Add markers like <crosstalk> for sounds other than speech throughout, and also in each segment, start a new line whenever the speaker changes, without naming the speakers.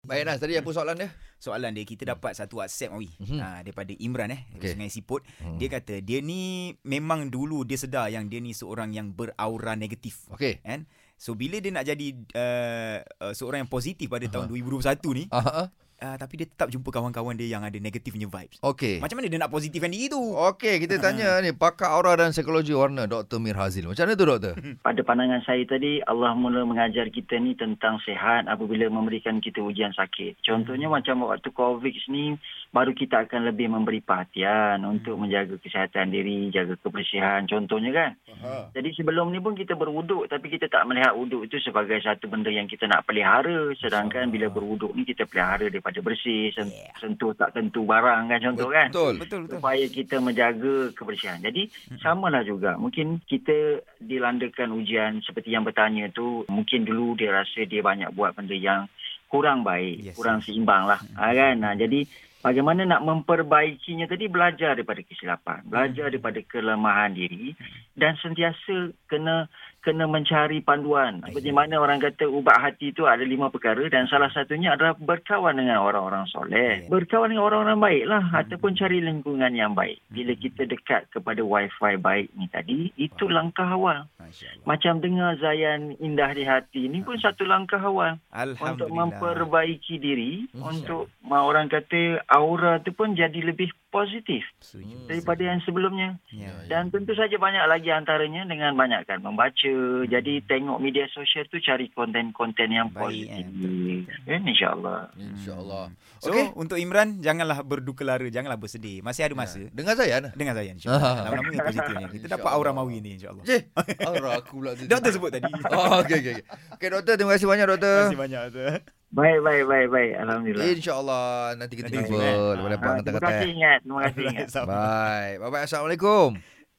Baik Nas, tadi apa soalan dia?
soalan dia kita dapat satu WhatsApp Awi mm-hmm. uh, daripada Imran eh
Hmm. Mhm. Okey. Hmm.
okay. Sungai Siput mm. dia kata dia ni memang dulu dia sedar yang dia ni seorang yang beraura negatif
Okey.
kan so bila dia nak jadi uh, uh, seorang yang positif pada uh-huh. tahun 2021 ni
Aha.
uh, tapi dia tetap jumpa kawan-kawan dia yang ada negatifnya vibes
Okey.
macam mana dia nak positifkan diri tu
Okey, kita tanya ni pakar aura dan psikologi warna Dr. Mir Hazil. Macam mana tu doktor?
Pada pandangan saya tadi, Allah mula mengajar kita ni tentang sehat apabila memberikan kita ujian sakit. Contohnya hmm. macam waktu COVID ni, baru kita akan lebih memberi perhatian hmm. untuk menjaga kesihatan diri, jaga kebersihan contohnya kan.
Aha.
Jadi sebelum ni pun kita berwuduk tapi kita tak melihat wuduk itu sebagai satu benda yang kita nak pelihara. Sedangkan bila berwuduk ni kita pelihara daripada bersih, sen-
Yeah.
sentuh tak tentu barang kan contoh kan
Betul.
betul betul Hmm.
supaya kita menjaga kebersihan. Jadi samalah juga. Mungkin kita dilandakan ujian seperti yang bertanya tu, mungkin dulu dia rasa dia banyak buat benda yang kurang
Yes,
baik,
Hmm.
yes, kurang seimbang lah. Ha, kan? Ha, jadi bagaimana nak memperbaikinya tadi belajar daripada kesilapan,
Hmm.
belajar daripada kelemahan diri dan sentiasa kena kena mencari panduan. Seperti mana orang kata ubat hati itu ada lima perkara dan salah satunya adalah berkawan dengan orang-orang soleh.
Ya.
Berkawan dengan orang-orang baiklah Hmm. ataupun cari lingkungan yang baik.
Hmm.
Bila kita dekat kepada wifi baik ni tadi, itu
Hmm.
langkah awal.
masyaallah
Macam dengar Zayan Indah di Hati ni pun satu langkah awal untuk
Hmm. alhamdulillah
memperbaiki diri
Hmm.
untuk ma- orang kata aura tu pun jadi lebih positif
Setuju.
daripada yang sebelumnya
Ya.
dan tentu saja banyak lagi antaranya dengan banyakkan membaca jadi tengok media sosial tu cari konten-konten yang
Hmm. Baik,
positif
eh,
kan insyaallah
Insya-Allah.
so
Okey. Ya.
untuk Imran janganlah berduka lara janganlah bersedih masih ada masa
Dengar saya Nas.
Dengar saya insyaAllah Lama-lama yang positifnya Kita dapat aura
InsyaAllah.
mawi ni insyaAllah
Cih, <laughs> aura aku pula tu.
Doktor sebut tadi
<laughs> Oh, okey okey. okey. Okey doktor, terima kasih banyak doktor.
Masih banyak tu
baik baik baik baik
Eh,
alhamdulillah
InsyaAllah nanti kita
Nanti
jumpa
jumpa, eh.
lepas lepak
Ah, terima
kata-kata.
kasih ingat terima kasih ingat
Alright, sama.
Bye. Bye bye. Assalamualaikum.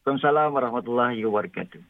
Assalamualaikum warahmatullahi wabarakatuh